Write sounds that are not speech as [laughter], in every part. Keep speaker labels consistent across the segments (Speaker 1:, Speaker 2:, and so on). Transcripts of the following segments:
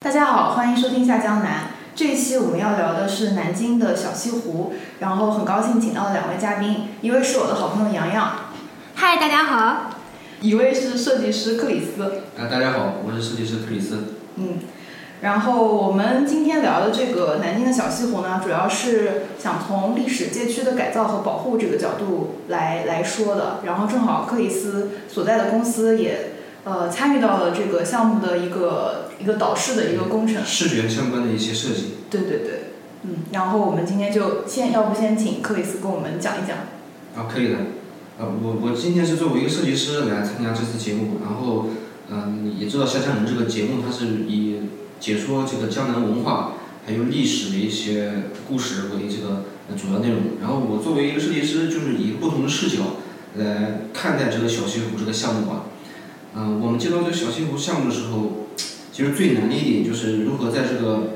Speaker 1: 大家好，欢迎收听下江南。这一期我们要聊的是南京的小西湖，然后很高兴请到了两位嘉宾，一位是我的好朋友洋洋，
Speaker 2: 嗨，大家好。
Speaker 1: 一位是设计师克里斯。
Speaker 3: 啊，大家好，我是设计师克里斯。
Speaker 1: 嗯，然后我们今天聊的这个南京的小西湖呢，主要是想从历史街区的改造和保护这个角度来来说的。然后正好克里斯所在的公司也呃参与到了这个项目的一个一个导视的一个工程。
Speaker 3: 视觉相关的一些设计，
Speaker 1: 对对对，嗯。然后我们今天就先要不先请克里斯跟我们讲一讲。
Speaker 3: 啊，可以的。呃，我我今天是作为一个设计师来参加这次节目，然后，嗯、也知道《下江南》这个节目，它是以解说这个江南文化还有历史的一些故事为这个呃主要内容。然后我作为一个设计师，就是以不同的视角来看待这个小西湖这个项目吧。嗯、我们接到这个小西湖项目的时候，其实最难的一点就是如何在这个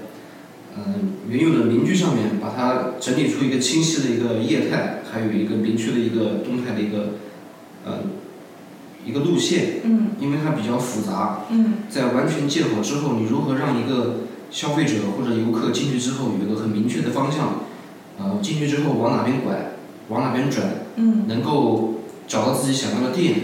Speaker 3: 嗯，原有的邻居上面，把它整理出一个清晰的一个业态，还有一个明确的一个动态的一个，呃，一个路线，
Speaker 1: 嗯
Speaker 3: 因为它比较复杂，
Speaker 1: 嗯
Speaker 3: 在完全建好之后，你如何让一个消费者或者游客进去之后有一个很明确的方向，呃，进去之后往哪边拐，往哪边转，
Speaker 1: 嗯
Speaker 3: 能够找到自己想要的店，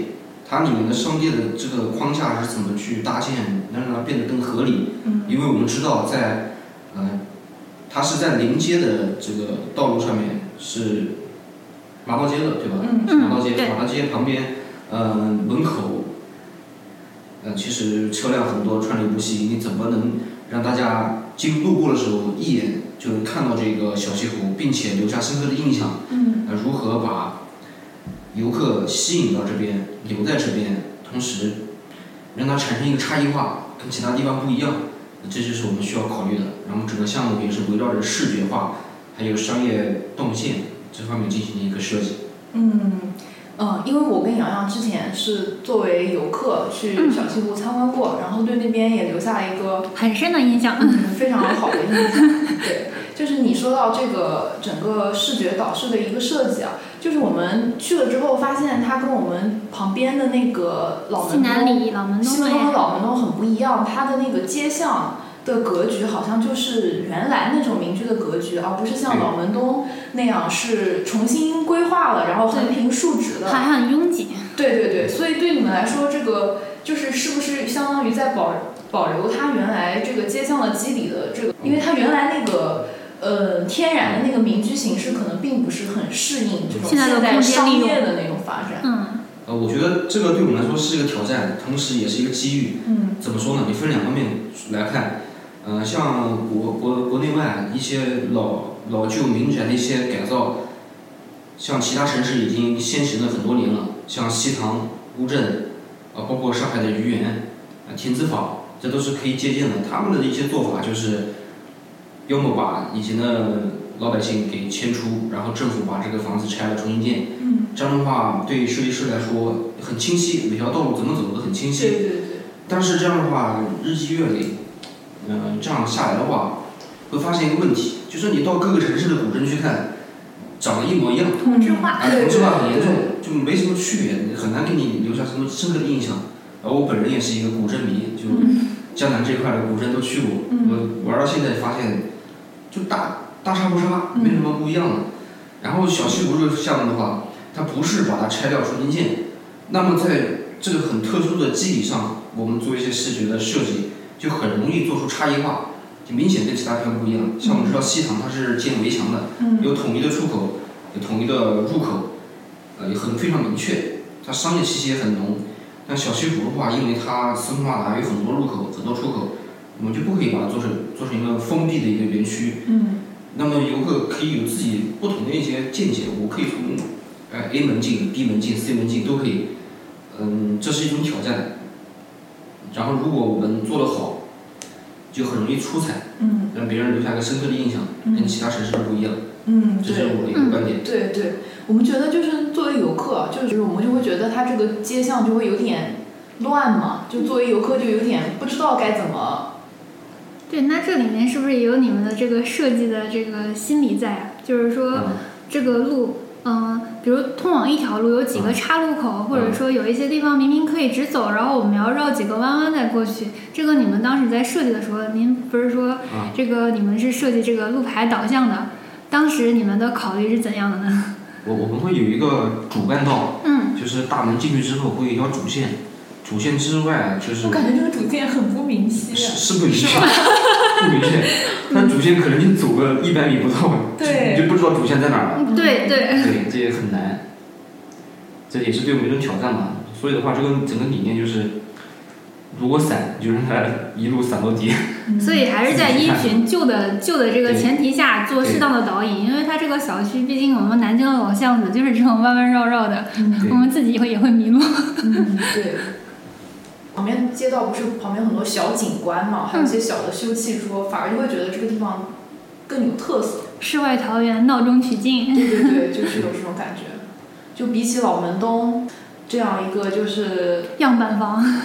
Speaker 3: 它里面的商店的这个框架是怎么去搭建，能让它变得更合理，
Speaker 1: 嗯
Speaker 3: 因为我们知道在，嗯，它是在临街的这个道路上面是马道街的，对吧？
Speaker 1: 嗯
Speaker 3: 马道街，
Speaker 2: 对
Speaker 3: 马道街旁边，嗯，门口，嗯，其实车辆很多，川流不息，你怎么能让大家经路过的时候一眼就能看到这个小西湖，并且留下深刻的印象？
Speaker 1: 嗯
Speaker 3: 呃，如何把游客吸引到这边，留在这边，同时让它产生一个差异化，跟其他地方不一样，这就是我们需要考虑的。然后整个项目也是围绕着视觉化，还有商业动线这方面进行的一个设计。
Speaker 1: 嗯嗯，因为我跟洋洋之前是作为游客去小西湖参观过，然后对那边也留下了一个
Speaker 2: 很深的印象，
Speaker 1: 嗯非常好的印象。对，就是你说到这个整个视觉导视的一个设计啊，就是我们去了之后发现它跟我们旁边的那个老
Speaker 2: 西
Speaker 1: 门
Speaker 2: 南
Speaker 1: 东、
Speaker 2: 里老门
Speaker 1: 西
Speaker 2: 东
Speaker 1: 门东和
Speaker 2: 对，
Speaker 1: 老门东很不一样，它的那个街巷。的格局好像就是原来那种民居的格局，而不是像
Speaker 3: 对
Speaker 1: 老门东那样是重新规划了，然后横平竖直的。
Speaker 2: 还很拥挤。
Speaker 1: 对对对，所以对你们来说，这个就是是不是相当于在保保留它原来这个街巷的基底的这个，因为它原来那个呃天然的那个民居形式可能并不是很适应这种
Speaker 2: 现在的
Speaker 1: 现代
Speaker 2: 空间
Speaker 1: 商
Speaker 2: 利用
Speaker 1: 业的那种发展。
Speaker 2: 嗯，
Speaker 3: 呃，我觉得这个对我们来说是一个挑战，同时也是一个机遇。
Speaker 1: 嗯
Speaker 3: 怎么说呢？你分两方面来看，呃，像国国国内外一些老老旧民宅的一些改造，像其他城市已经先行了很多年了，像西塘、乌镇，啊、包括上海的愚园、啊、亭子坊，这都是可以借鉴的。他们的一些做法就是，要么把以前的老百姓给迁出，然后政府把这个房子拆了重新建，
Speaker 1: 嗯，
Speaker 3: 这样的话对设计师来说很清晰，每条道路怎么走都很清晰。
Speaker 1: 对对对，
Speaker 3: 但是这样的话，日积月累，嗯、这样下来的话，会发现一个问题，就是你到各个城市的古镇去看，长得一模一样，
Speaker 2: 同质化，
Speaker 3: 啊，
Speaker 1: 对
Speaker 3: 同质化很严重
Speaker 1: 对，
Speaker 3: 就没什么区别，很难给你留下什么深刻的印象。而我本人也是一个古镇迷，就
Speaker 2: 嗯，
Speaker 3: 江南这块的古镇都去过，
Speaker 1: 嗯
Speaker 3: 我玩到现在发现，就大大差不差，
Speaker 1: 嗯
Speaker 3: 没什么不一样的。然后小西湖这个项目的话，它不是把它拆掉重新建，那么在这个很特殊的基底上，我们做一些视觉的设计，就很容易做出差异化，就明显跟其他地方不一样。像我们知道西塘它是建围墙的，
Speaker 1: 嗯
Speaker 3: 有统一的出口，有统一的入口，呃，也很非常明确，它商业气息也很浓。但小西湖的话，因为它四通八达，有很多入口、很多出口，我们就不可以把它做成做成一个封闭的一个园区。
Speaker 1: 嗯
Speaker 3: 那么游客可以有自己不同的一些见解，我可以从呃 A 门进、B 门进、C 门进都可以，嗯，这是一种挑战。然后如果我们做得好，就很容易出彩，
Speaker 1: 嗯
Speaker 3: 让别人留下一个深刻的印象，跟
Speaker 1: 嗯
Speaker 3: 其他城市都不一样。
Speaker 1: 嗯，
Speaker 3: 这
Speaker 1: 对。
Speaker 3: 是我的一个观点。
Speaker 1: 对对，我们觉得就是作为游客，啊就是我们就会觉得它这个街巷就会有点乱嘛，就作为游客就有点不知道该怎么。
Speaker 2: 对，那这里面是不是也有你们的这个设计的这个心理在啊？就是说
Speaker 3: 嗯
Speaker 2: 这个路，嗯，比如通往一条路有几个岔路口，或者说有一些地方明明可以直走，然后我们要绕几个弯弯再过去。这个你们当时在设计的时候，您不是说
Speaker 3: 啊，
Speaker 2: 这个你们是设计这个路牌导向的，当时你们的考虑是怎样的呢？
Speaker 3: 我我们会有一个主干道，
Speaker 2: 嗯，
Speaker 3: 就是大门进去之后会有一条主线，主线之外就是
Speaker 1: 我感觉这个主见很不明晰。啊
Speaker 3: 是是不明确，不明确，
Speaker 1: [laughs]
Speaker 3: 它主线可能你走个一百米不到，
Speaker 1: 对
Speaker 3: 你就不知道主线在哪儿了。
Speaker 2: 嗯对对，
Speaker 3: 对，这也很难，这也是对我们一种挑战嘛。所以的话，这个整个理念就是，如果散，就让它一路散到底。
Speaker 1: 嗯
Speaker 2: 所以还是在依循旧的旧的这个
Speaker 3: 对
Speaker 2: 前提下做适当的导引，因为它这个小区，毕竟我们南京的老巷子就是这种弯弯绕绕的，
Speaker 1: 嗯
Speaker 3: 对
Speaker 2: 我们自己也会也会迷路。
Speaker 1: 嗯对。旁边街道不是旁边很多小景观嘛，还有一些小的休憩
Speaker 2: 嗯
Speaker 1: 桌，反而就会觉得这个地方更有特色。
Speaker 2: 世外桃源，闹中取静。
Speaker 1: 对对对，就是有这种感觉。就比起老门东这样一个，就是
Speaker 2: 样板房，
Speaker 1: [laughs]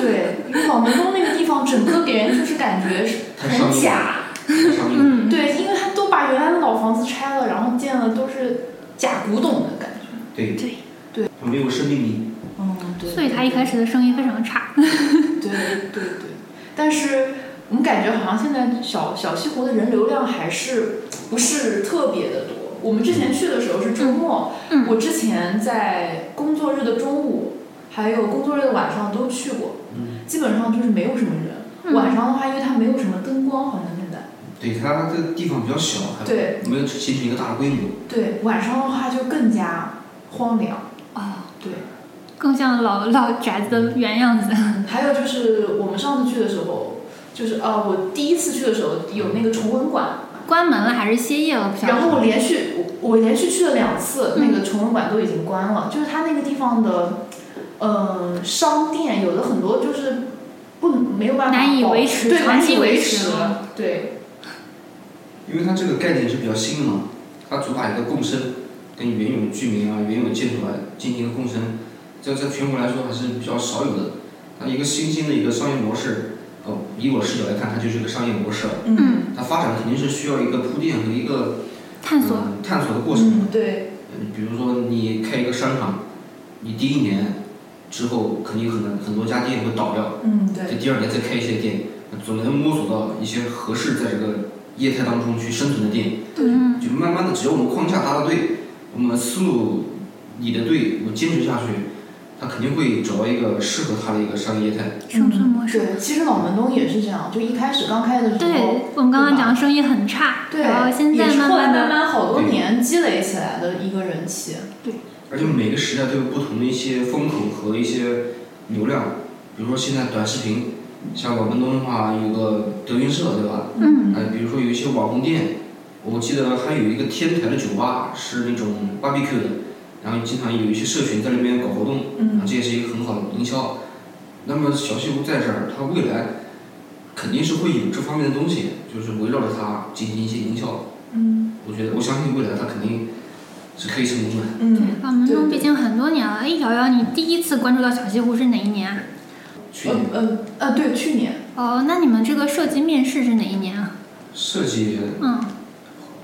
Speaker 1: 对，因为老门东那个地方，整个给人就是感觉是
Speaker 3: 太商
Speaker 1: 很
Speaker 3: 业
Speaker 1: 假。
Speaker 3: 上面
Speaker 2: 嗯，
Speaker 1: 对，因为他都把原来的老房子拆了，然后建了都是假古董的感觉。 [laughs]
Speaker 3: 对
Speaker 2: 对
Speaker 1: 对，
Speaker 3: 它没有生命力。
Speaker 1: 嗯，对
Speaker 2: 所以它一开始的生意非常差。
Speaker 1: 对对对，但是我们感觉好像现在小小西湖的人流量还是不是特别的多。我们之前去的时候是周末，
Speaker 2: 嗯，
Speaker 1: 我之前在工作日的中午，还有工作日的晚上都去过，
Speaker 3: 嗯，
Speaker 1: 基本上就是没有什么人。
Speaker 2: 嗯
Speaker 1: 晚上的话，因为它没有什么灯光，好像现在。
Speaker 3: 对，它这个地方比较小，还
Speaker 1: 对
Speaker 3: 没有形成一个大的规模。
Speaker 1: 对，晚上的话就更加荒凉。
Speaker 2: 哦，
Speaker 1: 对，
Speaker 2: 更像老老宅子的原样子。
Speaker 1: 还有就是我们上次去的时候，就是啊，我第一次去的时候有那个崇文馆，
Speaker 2: 关门了还是歇业了？不晓
Speaker 1: 然
Speaker 2: 得。
Speaker 1: 后我连续我我连续去了两次，
Speaker 2: 嗯
Speaker 1: 那个崇文馆都已经关了，就是它那个地方的，呃，商店有的很多就是不没有办法
Speaker 2: 难以
Speaker 1: 保
Speaker 2: 维持
Speaker 1: 对，
Speaker 2: 长
Speaker 1: 难
Speaker 2: 期
Speaker 1: 以
Speaker 2: 维
Speaker 1: 维
Speaker 2: 持
Speaker 1: 持
Speaker 2: 了，
Speaker 1: 对
Speaker 3: 因为它这个概念是比较新的嘛，它主打一个共生，跟原有居民啊、原有建筑啊进行一个共生，这在全国来说还是比较少有的。它一个新兴的一个商业模式，哦，以我视角来看，它就是一个商业模式了。
Speaker 1: 嗯
Speaker 2: 嗯，
Speaker 3: 它发展肯定是需要一个铺垫和一个
Speaker 2: 探索。
Speaker 3: 嗯探索的过程。
Speaker 1: 嗯对
Speaker 3: 嗯，比如说你开一个商场，你第一年之后肯定很多很多家店会倒掉，
Speaker 1: 嗯
Speaker 3: 在
Speaker 1: 对
Speaker 3: 第二年再开一些店，总能摸索到一些合适在这个业态当中去生存的店。
Speaker 2: 嗯，
Speaker 3: 就慢慢的，只要我们框架搭的对，我们思路理的对，我们坚持下去，它肯定会找到一个适合它的一个商业业态。
Speaker 2: 生存嗯模式。
Speaker 1: 嗯对，其实老门东也是这样，就一开始刚开的时候。
Speaker 2: 对我们刚刚讲生意很差，
Speaker 1: 嗯对，
Speaker 2: 然后现
Speaker 1: 也
Speaker 2: 在
Speaker 1: 是
Speaker 2: 慢
Speaker 1: 后来
Speaker 2: 慢
Speaker 1: 慢
Speaker 2: 的，
Speaker 1: 慢好多
Speaker 3: 对
Speaker 1: 年积累起来的一个人气，
Speaker 3: 而且每个时代都有不同的一些风口和一些流量，比如说现在短视频，像老门东的话有个德云社，对吧？
Speaker 2: 嗯
Speaker 3: 呃，比如说有一些网红店，我记得还有一个天台的酒吧是那种 barbecue 的，然后经常有一些社群在那边搞活动。啊，
Speaker 1: 嗯
Speaker 3: 这也是一个很好的营销。那么小西湖在这儿，它未来肯定是会有这方面的东西，就是围绕着它进行一些营销。
Speaker 1: 嗯
Speaker 3: 我觉得，我相信未来它肯定是可以成功的。
Speaker 1: 嗯，
Speaker 2: 法门
Speaker 1: 对
Speaker 2: 东
Speaker 1: 对
Speaker 2: 毕竟很多年了。一哎瑶瑶，你第一次关注到小西湖是哪一年啊？
Speaker 3: 去
Speaker 1: 呃
Speaker 3: 年
Speaker 1: 呃呃，对，去年
Speaker 2: 哦，那你们这个设计面试是哪一年啊？
Speaker 3: 设计，
Speaker 2: 嗯，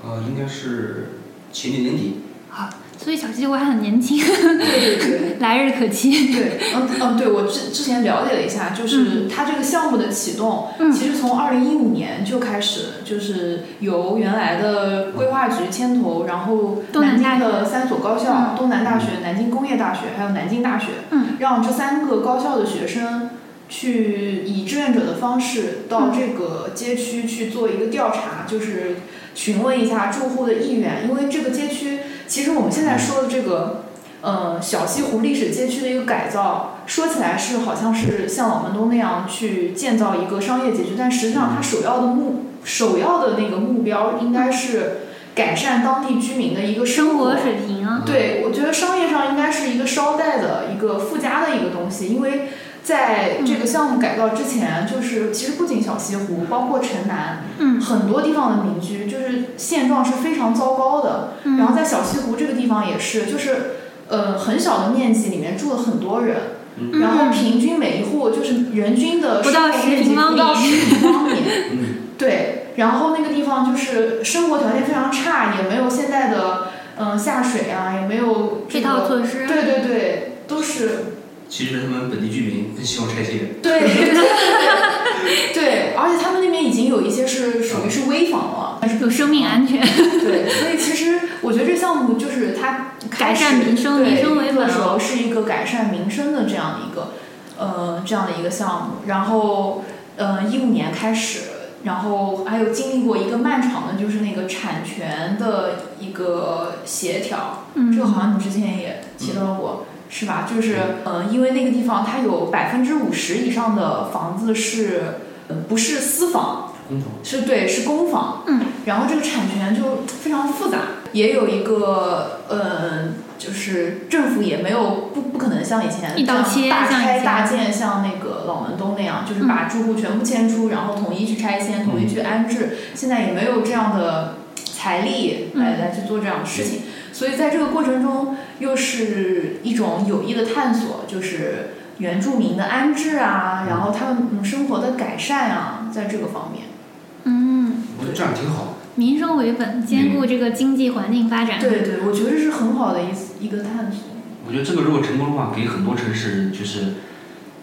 Speaker 3: 呃，应该是前年年底。
Speaker 2: 好，所以小西湖还很年轻， [laughs]
Speaker 1: 对对对，
Speaker 2: 来日可期。
Speaker 1: 对，嗯嗯，对我之之前了解了一下，就是它这个项目的启动，
Speaker 2: 嗯
Speaker 1: 其实从二零一五年就开始，就是由原来的规划局牵头，然后
Speaker 2: 东
Speaker 1: 南
Speaker 2: 南大
Speaker 1: 京的三所高校，东南大学、南京工业大学还有南京大学，
Speaker 2: 嗯，
Speaker 1: 让这三个高校的学生去以志愿者的方式到
Speaker 2: 嗯
Speaker 1: 这个街区去做一个调查，就是询问一下住户的意愿，因为这个街区其实我们现在说的这个。呃，小西湖历史街区的一个改造，说起来是好像是像老门东那样去建造一个商业街区，但实际上它首要的目首要的那个目标应该是改善当地居民的一个
Speaker 2: 生
Speaker 1: 生
Speaker 2: 活水平啊，
Speaker 1: 对，我觉得商业上应该是一个捎带的一个附加的一个东西，因为在这个项目改造之前，就是其实不仅小西湖，包括城南，
Speaker 2: 嗯
Speaker 1: 很多地方的民居就是现状是非常糟糕的。然后
Speaker 2: 嗯，
Speaker 1: 在小西湖这个地方也是，就是呃很小的面积里面住了很多人，
Speaker 3: 嗯
Speaker 1: 然后
Speaker 2: 嗯
Speaker 1: 平均每一户就是人均的
Speaker 2: 不
Speaker 1: 生
Speaker 2: 到
Speaker 1: 活
Speaker 2: 10
Speaker 1: 面积
Speaker 2: 平方
Speaker 1: 不到
Speaker 2: 米
Speaker 1: 10平方米，
Speaker 3: 嗯，
Speaker 1: 对，然后那个地方就是生活条件非常差，也没有现在的嗯、下水啊，也没有这
Speaker 2: 配套
Speaker 1: 个，
Speaker 2: 措施。
Speaker 1: 对对对，都是
Speaker 2: [laughs]
Speaker 3: 其实他们本地居民更希望拆迁，
Speaker 1: 对 [laughs] 对，而且他们那边已经有一些是属于是危房了，啊
Speaker 2: 有生命安全，
Speaker 1: 对，所以其实我觉得这项目就是它
Speaker 2: 改
Speaker 1: 开始
Speaker 2: 善民生，
Speaker 1: 对
Speaker 2: 民生为本
Speaker 1: 的时候是一个改善民生的这样一个呃这样的一个项目，然后呃一五年开始，然后还有经历过一个漫长的就是那个产权的一个协调，
Speaker 2: 嗯，
Speaker 1: 这个好像你之前也提到过。是吧？就是，呃，因为那个地方它有百分之五十以上的房子是，呃不是私房，
Speaker 3: 工厂
Speaker 1: 是对，是公房。
Speaker 2: 嗯，
Speaker 1: 然后这个产权就非常复杂，也有一个呃，就是政府也没有不不可能像以前
Speaker 2: 一刀
Speaker 1: 这
Speaker 2: 切
Speaker 1: 样大
Speaker 2: 像以
Speaker 1: 拆
Speaker 2: 前嗯
Speaker 1: 大建，像那个老门东那样，就是把住户全部迁出，然后统一去拆迁，统一去安置。现在也没有这样的财力来、
Speaker 2: 嗯
Speaker 1: 来去做这样的事情，所以在这个过程中，又是一种有益的探索，就是原住民的安置啊，然后他们嗯生活的改善啊，在这个方面。
Speaker 2: 嗯，
Speaker 3: 我觉得这样挺好。
Speaker 2: 民生为本，兼顾这个经济环境发展。
Speaker 1: 对对，我觉得这是很好的一一个探索。
Speaker 3: 我觉得这个如果成功的话，给很多城市就是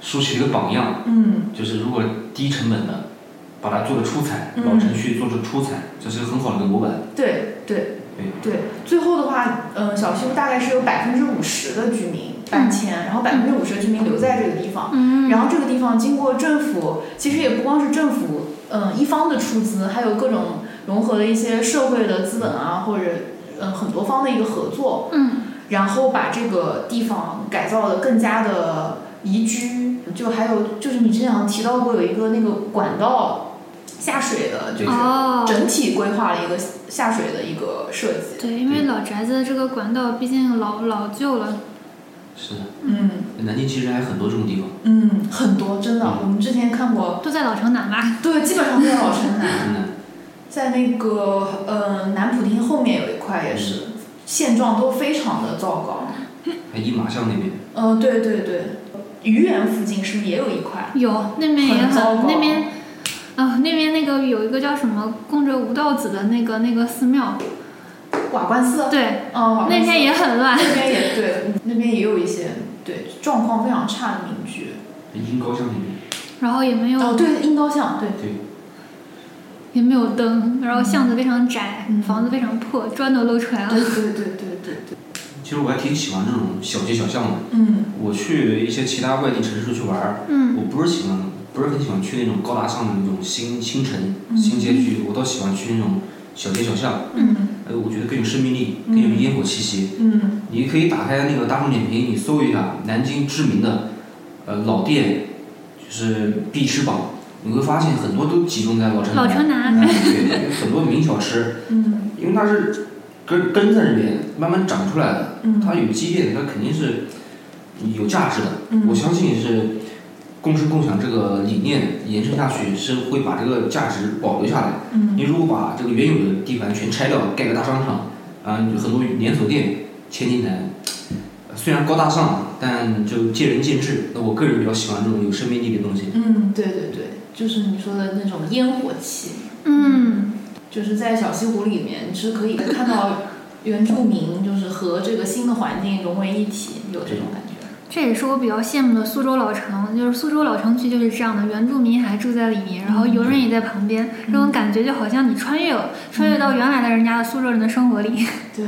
Speaker 3: 竖起了一个榜样，
Speaker 1: 嗯
Speaker 3: 就是如果低成本的把它做的出彩，
Speaker 1: 嗯
Speaker 3: 老程序做出出彩，这是很好的一个模板。，
Speaker 1: 对对
Speaker 3: 对
Speaker 1: 对，最后的话，嗯、小西湖大概是有百分之五十的居民搬迁，然后百分之五十的居民留在这个地方。
Speaker 2: 嗯，
Speaker 1: 然后这个地方经过政府，其实也不光是政府，嗯、一方的出资，还有各种融合了一些社会的资本啊，或者嗯、呃很多方的一个合作，
Speaker 2: 嗯
Speaker 1: 然后把这个地方改造的更加的宜居，就还有就是你之前好像提到过有一个那个管道下水的，就是
Speaker 2: 哦，
Speaker 1: 整体规划了一个下水的一个设计。
Speaker 2: 对，因为老宅子这个管道毕竟老老旧了，
Speaker 3: 是的，
Speaker 1: 嗯
Speaker 3: 南京其实还有很多这种地方。
Speaker 1: 嗯，很多真的
Speaker 3: 嗯，
Speaker 1: 我们之前看过，
Speaker 2: 都在老城南吧？
Speaker 1: 对，基本上都在老城南，
Speaker 3: 真的，
Speaker 1: 在那个呃南普厅后面有一块也是，现状都非常的糟糕。
Speaker 3: 还一马巷那边，
Speaker 1: 嗯、对对对，愚园附近是不是也有一块？
Speaker 2: 有那边也
Speaker 1: 很糟
Speaker 2: 很
Speaker 1: 糕
Speaker 2: 那边。啊、那边那个有一个叫什么供着吴道子的那个那个寺庙，
Speaker 1: 瓦罐寺，
Speaker 2: 对，
Speaker 1: 嗯，瓦罐
Speaker 2: 那
Speaker 1: 寺
Speaker 2: 边也很乱。
Speaker 1: 那边也对，那边也有一些对状况非常差的民居。
Speaker 3: 阴高巷那边。
Speaker 2: 然后也没有、
Speaker 1: 哦，对，樱高巷，对，
Speaker 3: 对，
Speaker 2: 也没有灯，然后巷子非常窄，
Speaker 1: 嗯
Speaker 2: 房子非常破，砖都露出来了。
Speaker 1: 对对对对对对，
Speaker 3: 其实我还挺喜欢这种小街小巷的。
Speaker 1: 嗯
Speaker 3: 我去一些其他外地城市去玩儿，
Speaker 2: 嗯
Speaker 3: 我不是喜欢，不是很喜欢去那种高大上的那种新新城、
Speaker 1: 嗯
Speaker 3: 新街区，我倒喜欢去那种小街小巷。
Speaker 1: 嗯
Speaker 3: 呃，我觉得更有生命力，更有烟火气息。
Speaker 1: 嗯
Speaker 3: 你可以打开那个大众点评，你搜一下南京知名的呃老店，就是必吃榜，你会发现很多都集中在老城
Speaker 2: 老
Speaker 3: 南。
Speaker 2: 城南，
Speaker 3: 嗯对，有很多名小吃，
Speaker 1: 嗯
Speaker 3: 因为它是根根在这边慢慢长出来的，它
Speaker 1: 嗯
Speaker 3: 有积淀，它肯定是有价值的。
Speaker 1: 嗯，
Speaker 3: 我相信是共生共享这个理念延伸下去，是会把这个价值保留下来。
Speaker 1: 嗯
Speaker 3: 你如果把这个原有的地盘全拆掉，盖个大商场，啊、有很多连锁店迁进来，虽然高大上，但就见仁见智。那我个人比较喜欢这种有生命力的东西。
Speaker 1: 嗯，对对对，就是你说的那种烟火气，
Speaker 2: 嗯，
Speaker 1: 就是在小西湖里面你是可以看到原住民就是和这个新的环境融为一体，有这种感觉。
Speaker 2: 这也是我比较羡慕的苏州老城，就是苏州老城区就是这样的，原住民还住在里面，然后游人也在旁边，这种感觉就好像你穿越了，穿越到原来的人家的苏州人的生活里，
Speaker 1: 对，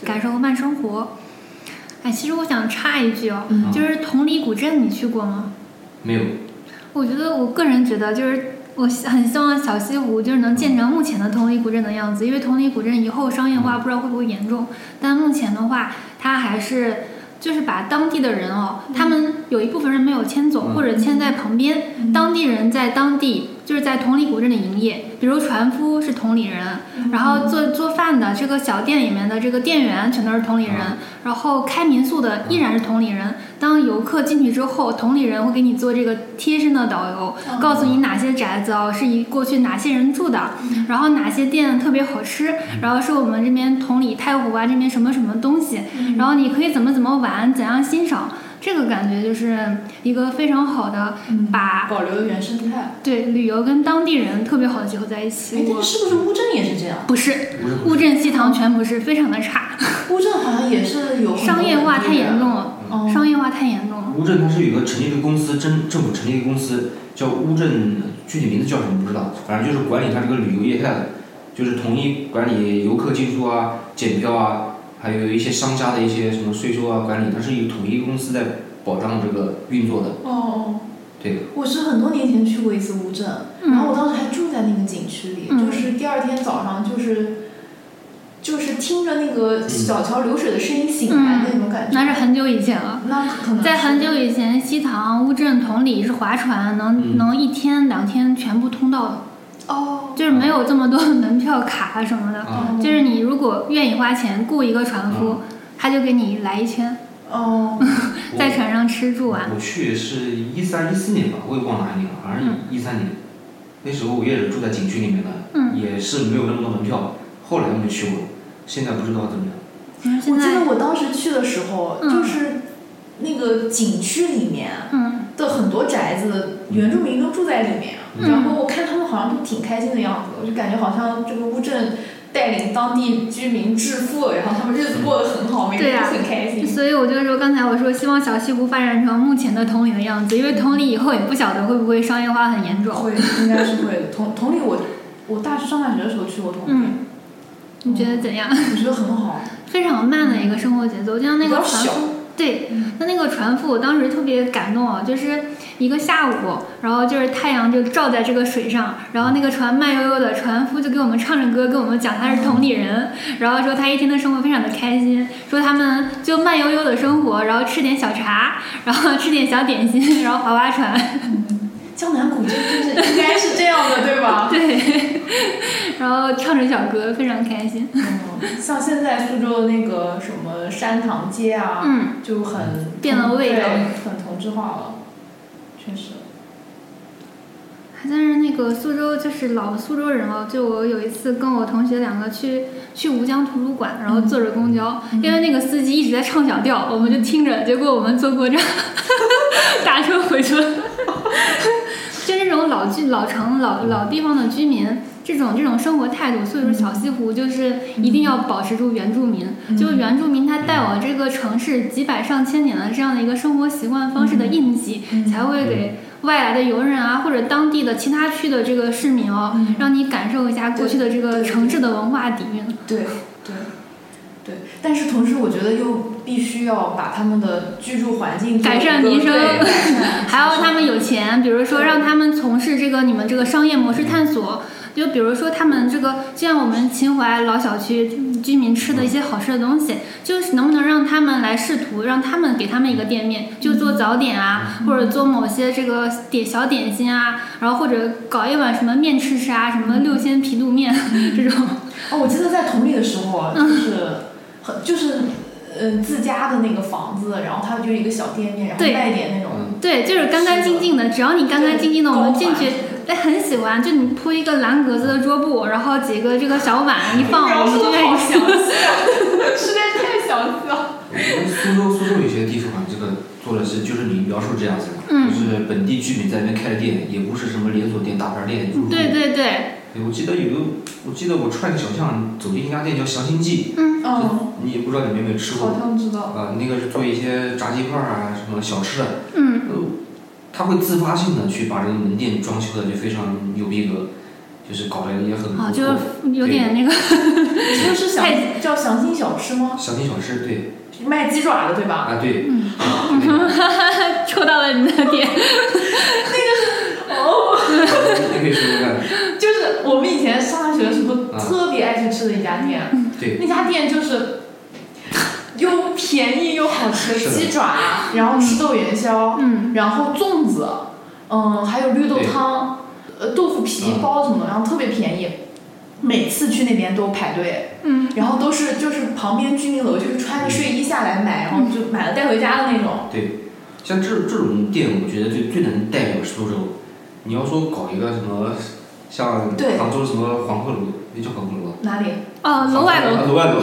Speaker 1: 对
Speaker 2: 感受慢生活。哎，其实我想插一句哦，
Speaker 1: 嗯
Speaker 2: 就是同里古镇你去过吗？
Speaker 3: 没有，
Speaker 2: 我觉得我个人觉得就是。我很希望小西湖就是能建成目前的同里古镇的样子，因为同里古镇以后商业化不知道会不会严重，但目前的话，它还是就是把当地的人哦，他们有一部分人没有迁走，
Speaker 3: 嗯
Speaker 2: 或者迁在旁边，
Speaker 1: 嗯
Speaker 2: 当地人在当地就是在同里古镇里营业，比如船夫是同里人，然
Speaker 1: 嗯
Speaker 2: 后做做饭的这个小店里面的这个店员全都是同里人，
Speaker 1: 啊
Speaker 2: 然后开民宿的依然是同里人。当游客进去之后，同里人会给你做这个贴身的导游，
Speaker 1: 嗯
Speaker 2: 告诉你哪些宅子哦是以过去哪些人住的，然后哪些店特别好吃，
Speaker 1: 嗯
Speaker 2: 然后是我们这
Speaker 1: 嗯
Speaker 2: 边同里太湖啊这边什么什么东西，然后你可以怎么怎么玩，怎样欣赏。这个感觉就是一个非常好的
Speaker 1: 嗯
Speaker 2: 把
Speaker 1: 保留原生态。
Speaker 2: 对旅游跟当地人特别好的结合在一
Speaker 1: 哎，
Speaker 2: 起。
Speaker 1: 但
Speaker 2: 我
Speaker 1: 是是不是乌镇也是这样？
Speaker 2: 不是
Speaker 3: 乌
Speaker 2: 乌镇西塘全不是，非常的差，
Speaker 1: 乌镇好像也是有很多
Speaker 2: 商业化太严重了，
Speaker 1: 哦，
Speaker 2: 商业化太严重了。
Speaker 3: 乌镇它是有一个成立的公司，政政府成立的公司叫乌镇，具体名字叫什么不知道，反正就是管理它这个旅游业态的，就是统一管理游客进出啊、检票啊，还有一些商家的一些什么税收啊管理，它是有统一公司在保障这个运作的。
Speaker 1: 哦哦，
Speaker 3: 对，
Speaker 1: 我是很多年前去过一次乌镇，然后我当时还住在那个景区里，
Speaker 2: 嗯
Speaker 1: 就是第二天早上就是就是听着那个小桥流水的声音醒来的那种感觉。
Speaker 2: 那是很久以前了。
Speaker 1: 那可能
Speaker 2: 嗯在很
Speaker 1: 是
Speaker 2: 久以前，西塘、乌镇、同里是划船，能、
Speaker 3: 嗯
Speaker 2: 能一天两天全部通到的，
Speaker 1: 哦，
Speaker 2: 就是没有这么多门票卡啊什么的。
Speaker 3: 啊，
Speaker 1: 哦
Speaker 2: 就是你如果愿意花钱雇一个船夫，他就给你来一圈，
Speaker 1: 哦，
Speaker 3: 我
Speaker 2: 在船上吃住啊玩。
Speaker 3: 我去是一三一四年吧，我也忘了哪一年了，好像
Speaker 2: 嗯
Speaker 3: 一三年。那时候我也是住在景区里面的，
Speaker 2: 嗯
Speaker 3: 也是没有那么多门票。后来我们去过，现在不知道怎么样。
Speaker 1: 我
Speaker 2: 嗯现
Speaker 1: 记
Speaker 2: 在
Speaker 1: 得，我当时去的时候，
Speaker 2: 嗯
Speaker 1: 就是那个景区里面啊
Speaker 2: 嗯，
Speaker 1: 的很多宅子，原住民都住在里面啊。
Speaker 2: 嗯
Speaker 1: 然后我看他们好像都挺开心的样子，我就感觉好像这个乌镇带领当地居民致富，然后他们日子过得很好，每
Speaker 2: 对
Speaker 1: 天
Speaker 2: 啊呀
Speaker 1: 都很开心。
Speaker 2: 所以我就说，刚才我说希望小西湖发展成目前的同里的样子，因为同里以后也不晓得会不会商业化很严重。
Speaker 1: 会，应该是会的。 [laughs] 同同理我，我大学上大学的时候去过同理，
Speaker 2: 嗯，你觉得怎样？
Speaker 1: 我觉得很好，
Speaker 2: 非常慢的一个生活节奏，就 [laughs] 像那
Speaker 1: 比
Speaker 2: 个
Speaker 1: 较
Speaker 2: 船
Speaker 1: 小嗯
Speaker 2: 夫。对，那那个船夫，我当时特别感动啊，就是一个下午，然后就是太阳就照在这个水上，然后那个船慢悠悠的，船夫就给我们唱着歌，跟我们讲他是同里人，然后说他一天的生活非常的开心，说他们就慢悠悠的生活，然后吃点小茶，然后吃点小点心，然后划划船，
Speaker 1: 江南古镇就是应该是这样的，对
Speaker 2: [laughs]
Speaker 1: 吧？
Speaker 2: 对，然后唱着小歌，非常开心。
Speaker 1: 嗯，像现在苏州的那个什么山塘街啊，
Speaker 2: 嗯，
Speaker 1: 就很
Speaker 2: 变了味道
Speaker 1: 对很同质化了，确实。
Speaker 2: 但是那个苏州就是老苏州人哦，就我有一次跟我同学两个去去吴江图书馆，然后坐着公交，
Speaker 1: 嗯
Speaker 2: 因为那个司机一直在唱小调，我们就听着，结果我们坐过站， [laughs] 打车回去了。 [laughs] 就这种老居、老城、老老地方的居民，这种这种生活态度，所以说小西湖就是一定要保持住原住民，
Speaker 1: 嗯
Speaker 2: 就是原住民他带往这个城市几百上千年的这样的一个生活习惯方式的印记，
Speaker 1: 嗯
Speaker 2: 才会给外来的游人啊，或者当地的其他区的这个市民哦，
Speaker 1: 嗯
Speaker 2: 让你感受一下过去的这
Speaker 1: 对
Speaker 2: 个
Speaker 1: 对
Speaker 2: 城市的文化底蕴。
Speaker 1: 对对对，但是同时我觉得又必须要把他们的居住环境做
Speaker 2: 改善
Speaker 1: 一个
Speaker 2: 民生 [laughs]
Speaker 1: 对改善
Speaker 2: 还有他们有钱，比如说
Speaker 1: 对
Speaker 2: 让他们从事这个你们这个商业模式探索，就比如说他们这个，就像我们秦淮老小区居民吃的一些好吃的东西，就是能不能让他们来试图，让他们给他们一个店面，就做早点啊，或者做某些这个点小点心啊，然后或者搞一碗什么面吃吃啊，什么六鲜皮肚面啊这种。
Speaker 1: 哦，我记得在同里的时候啊，
Speaker 2: 嗯
Speaker 1: 就是很就是嗯自家的那个房子，然后它就有一个小店面，然后
Speaker 2: 对
Speaker 1: 卖点那种
Speaker 3: 嗯，
Speaker 2: 对，就是干干净净的，只要你干干净净的，我们进去。哎，很喜欢，就你铺一个蓝格子的桌布，然后几个这个小碗一放，
Speaker 1: 描
Speaker 2: 我们
Speaker 1: 述
Speaker 2: 就
Speaker 1: 的
Speaker 2: 愿
Speaker 1: 好
Speaker 2: 意
Speaker 1: 详细啊， [laughs] 实在是太详细了。
Speaker 3: 我觉得苏州苏州有些地方啊这个做的是就是你描述这样子的，
Speaker 2: 嗯
Speaker 3: 就是本地居民在那边开的店，也不是什么连锁店、大牌店，入驻
Speaker 2: 对对对，
Speaker 3: 对我记得有个，我记得我串个小巷走进一家店叫祥兴记，
Speaker 2: 嗯，
Speaker 1: 嗯，
Speaker 3: 你也不知道你们有没有吃过
Speaker 1: 好像知道。
Speaker 3: 啊、那个是做一些炸鸡块啊，什么小吃啊，
Speaker 2: 嗯，
Speaker 3: 呃，他会自发性的去把这个门店装修的就非常有逼格，就是搞得也很不
Speaker 2: 啊，
Speaker 3: 错。
Speaker 2: 就是有点那个，
Speaker 1: 你说是想叫祥兴小吃吗？
Speaker 3: 祥兴小吃对
Speaker 1: 卖鸡爪的对吧？
Speaker 3: 啊对，啊
Speaker 2: 嗯，
Speaker 3: 那
Speaker 2: 戳到了你的点，
Speaker 1: 哦，
Speaker 2: [laughs]
Speaker 3: 个你可以说说看，
Speaker 1: 就是我们以前上大学的时候
Speaker 3: 啊
Speaker 1: 特别爱去吃的一家店，
Speaker 3: 对，
Speaker 1: 那家店就是又便宜又好吃的
Speaker 3: 是的
Speaker 1: 鸡爪，然后吃豆元宵，
Speaker 2: 嗯，
Speaker 1: 然后粽子，嗯，还有绿豆汤，呃，豆腐皮
Speaker 3: 嗯
Speaker 1: 包什么的，然后特别便宜。每次去那边都排队，
Speaker 2: 嗯，
Speaker 1: 然后都是就是旁边居民楼就是穿着睡衣下来买，
Speaker 3: 嗯
Speaker 1: 然后就买了带回家的那种。
Speaker 3: 像这这种店，我觉得最最能代表苏州。你要说搞一个什么，像
Speaker 1: 对
Speaker 3: 杭州什么黄鹤楼，那叫黄鹤楼啊。
Speaker 1: 哪里？
Speaker 2: 哦，楼外楼，
Speaker 3: 楼 [laughs] 外楼，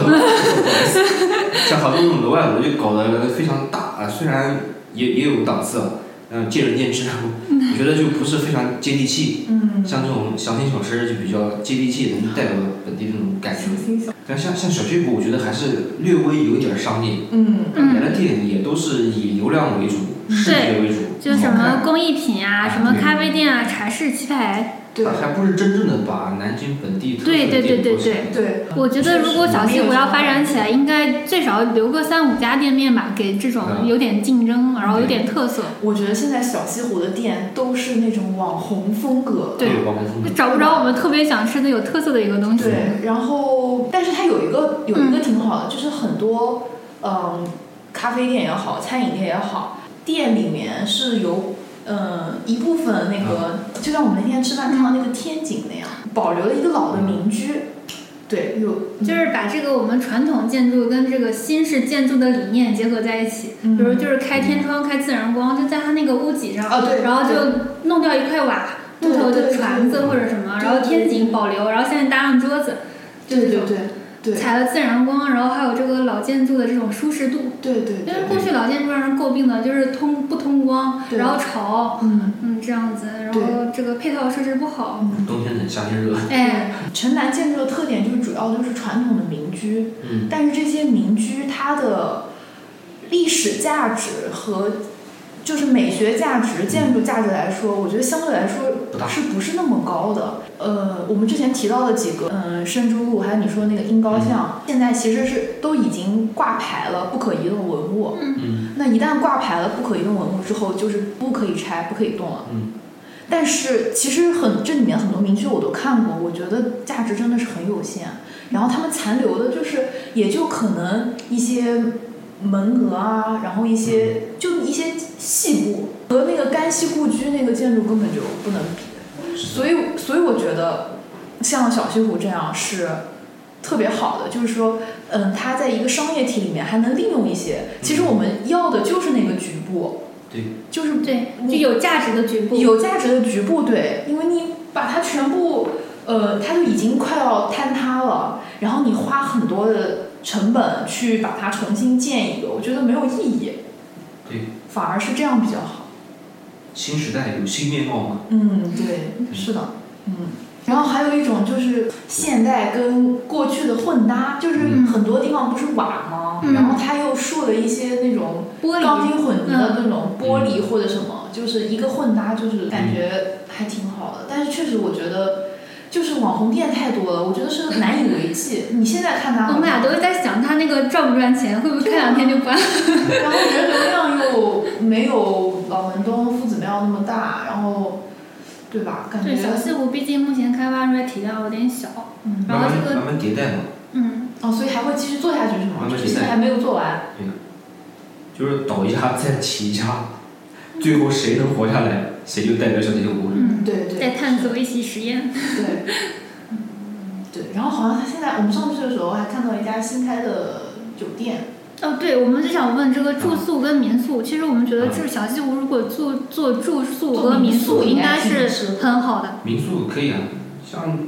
Speaker 3: 像杭州那种楼外楼就搞得非常大啊，虽然也也有档次啊，嗯、见仁见智。我觉得就不是非常接地气，
Speaker 1: 嗯，
Speaker 3: 像这种小品小诗就比较接地气，能代表本地那种感觉。但像像小碎步，我觉得还是略微有一点商业。
Speaker 1: 嗯
Speaker 2: 嗯
Speaker 3: 原来店也都是以流量为主，视觉为主，
Speaker 2: 就什
Speaker 3: 好
Speaker 2: 么
Speaker 3: 看
Speaker 2: 工艺品啊，
Speaker 3: 嗯
Speaker 2: 什么咖啡店啊，茶室、棋牌。
Speaker 1: 对
Speaker 3: 还啊还不是真正的把南京本地特色
Speaker 2: 对对对对对
Speaker 1: 对，
Speaker 2: 我觉得如果小西湖要发展起来，应该最少留个三五家店面吧，给这种
Speaker 3: 嗯
Speaker 2: 有点竞争，然后有点特色。
Speaker 1: 我觉得现在小西湖的店都是那种网红风格，
Speaker 2: 对
Speaker 3: 对，网红风
Speaker 2: 就找不着我们特别想吃的有特色的一个东西。
Speaker 1: 对，然后但是它有一个有一个
Speaker 2: 嗯
Speaker 1: 挺好的，就是很多嗯咖啡店也好，餐饮店也好，店里面是有。嗯，一部分那个，就像我们那天吃饭看到那个天井那样，保留了一个老的民居，对，有嗯
Speaker 2: 就是把这个我们传统建筑跟这个新式建筑的理念结合在一起，
Speaker 1: 嗯
Speaker 2: 比如就是开天窗、开自然光，就在它那个屋脊上，
Speaker 1: 啊对
Speaker 2: 然后就弄掉一块瓦、
Speaker 1: 对
Speaker 2: 木头的
Speaker 1: 对
Speaker 2: 船子
Speaker 3: 对
Speaker 2: 或者什么，
Speaker 1: 对
Speaker 2: 然后天井保留，然后下面搭上桌子，就
Speaker 1: 对
Speaker 2: 这
Speaker 1: 对
Speaker 2: 种
Speaker 1: 对对
Speaker 2: 采了自然光，然后还有这个老建筑的这种舒适度。
Speaker 1: 对对
Speaker 2: 因为
Speaker 1: 对，
Speaker 2: 过去老建筑让人诟病的就是通不通光，
Speaker 1: 对
Speaker 2: 然后潮，
Speaker 1: 嗯
Speaker 2: 嗯这样子，然后这个配套设施不好，
Speaker 1: 嗯，
Speaker 3: 冬天冷，夏天热。
Speaker 2: 哎，
Speaker 1: 城南建筑的特点就是主要就是传统的民居，
Speaker 3: 嗯，
Speaker 1: 但是这些民居它的历史价值和就是美学价值、建筑价值来说，我觉得相对来
Speaker 3: 不
Speaker 1: 说
Speaker 3: 大
Speaker 1: 是不是那么高的？呃，我们之前提到的几个，嗯、深珠路还有你说那个
Speaker 3: 嗯
Speaker 1: 殷高巷，现在其实是都已经挂牌了不可移动文物。
Speaker 3: 嗯
Speaker 1: 那一旦挂牌了不可移动文物之后，就是不可以拆、不可以动了。
Speaker 3: 嗯
Speaker 1: 但是其实很这里面很多民居我都看过，我觉得价值真的是很有限。然后他们残留的就是也就可能一些门额啊，然后一些就一些细部和那个甘溪故居那个建筑根本就不能比。所以所以我觉得像小西湖这样是。特别好的，就是说，嗯，它在一个商业体里面还能利用一些。其实我们要的就是那个局部，
Speaker 3: 对，
Speaker 1: 就是
Speaker 2: 对，就有价值的局部，
Speaker 1: 有价值的局部对，因为你把它全部，呃，它就已经快要坍塌了，然后你花很多的成本去把它重新建一个，我觉得没有意义，
Speaker 3: 对，
Speaker 1: 反而是这样比较好。
Speaker 3: 新时代有新面貌嘛。
Speaker 1: 嗯，对，是的，嗯。然后还有一种就是现代跟过去的混搭，就是
Speaker 2: 嗯
Speaker 1: 很多地方不是瓦吗？
Speaker 2: 嗯
Speaker 1: 然后它又竖了一些那种
Speaker 2: 玻
Speaker 1: 钢
Speaker 2: 璃，
Speaker 1: 筋混凝
Speaker 2: 嗯
Speaker 1: 的那种玻璃或者什么，就是一个混搭，就是感
Speaker 2: 嗯
Speaker 1: 觉还挺好的。但是确实，我觉得就是网红店太多了，我觉得是难以为
Speaker 2: [laughs]
Speaker 1: 继。你现在看它，
Speaker 2: 我们
Speaker 1: [laughs]
Speaker 2: 俩都在想它那个赚不赚钱，会不会开两天就关了？
Speaker 1: 然后人流量又没有老门东夫子庙那么大，然后对吧？感
Speaker 2: 对，
Speaker 1: 觉
Speaker 2: 小西湖毕竟目前开发出来体量有点小，
Speaker 1: 嗯
Speaker 2: 然后
Speaker 3: 慢慢
Speaker 2: 这个
Speaker 3: 慢慢迭代嘛，
Speaker 2: 嗯，
Speaker 1: 哦，所以还会继续做下去是吗？
Speaker 3: 慢慢
Speaker 1: 就是
Speaker 3: 迭代
Speaker 1: 现在还没有做
Speaker 2: [laughs]
Speaker 1: 完。
Speaker 3: 就是倒一家再起一家，最后谁能活下来，谁就代表小西湖。
Speaker 2: 嗯，
Speaker 1: 对对。
Speaker 2: 在探索一起实验，
Speaker 1: 对，嗯对。然后好像他现在我们上去的时候还看到一家新开的酒店。
Speaker 2: 哦，对，我们就想问这个住宿跟民宿，其实我们觉得就是小西湖如果做做住宿和民宿，应该是很好的，
Speaker 3: 民宿可以啊，像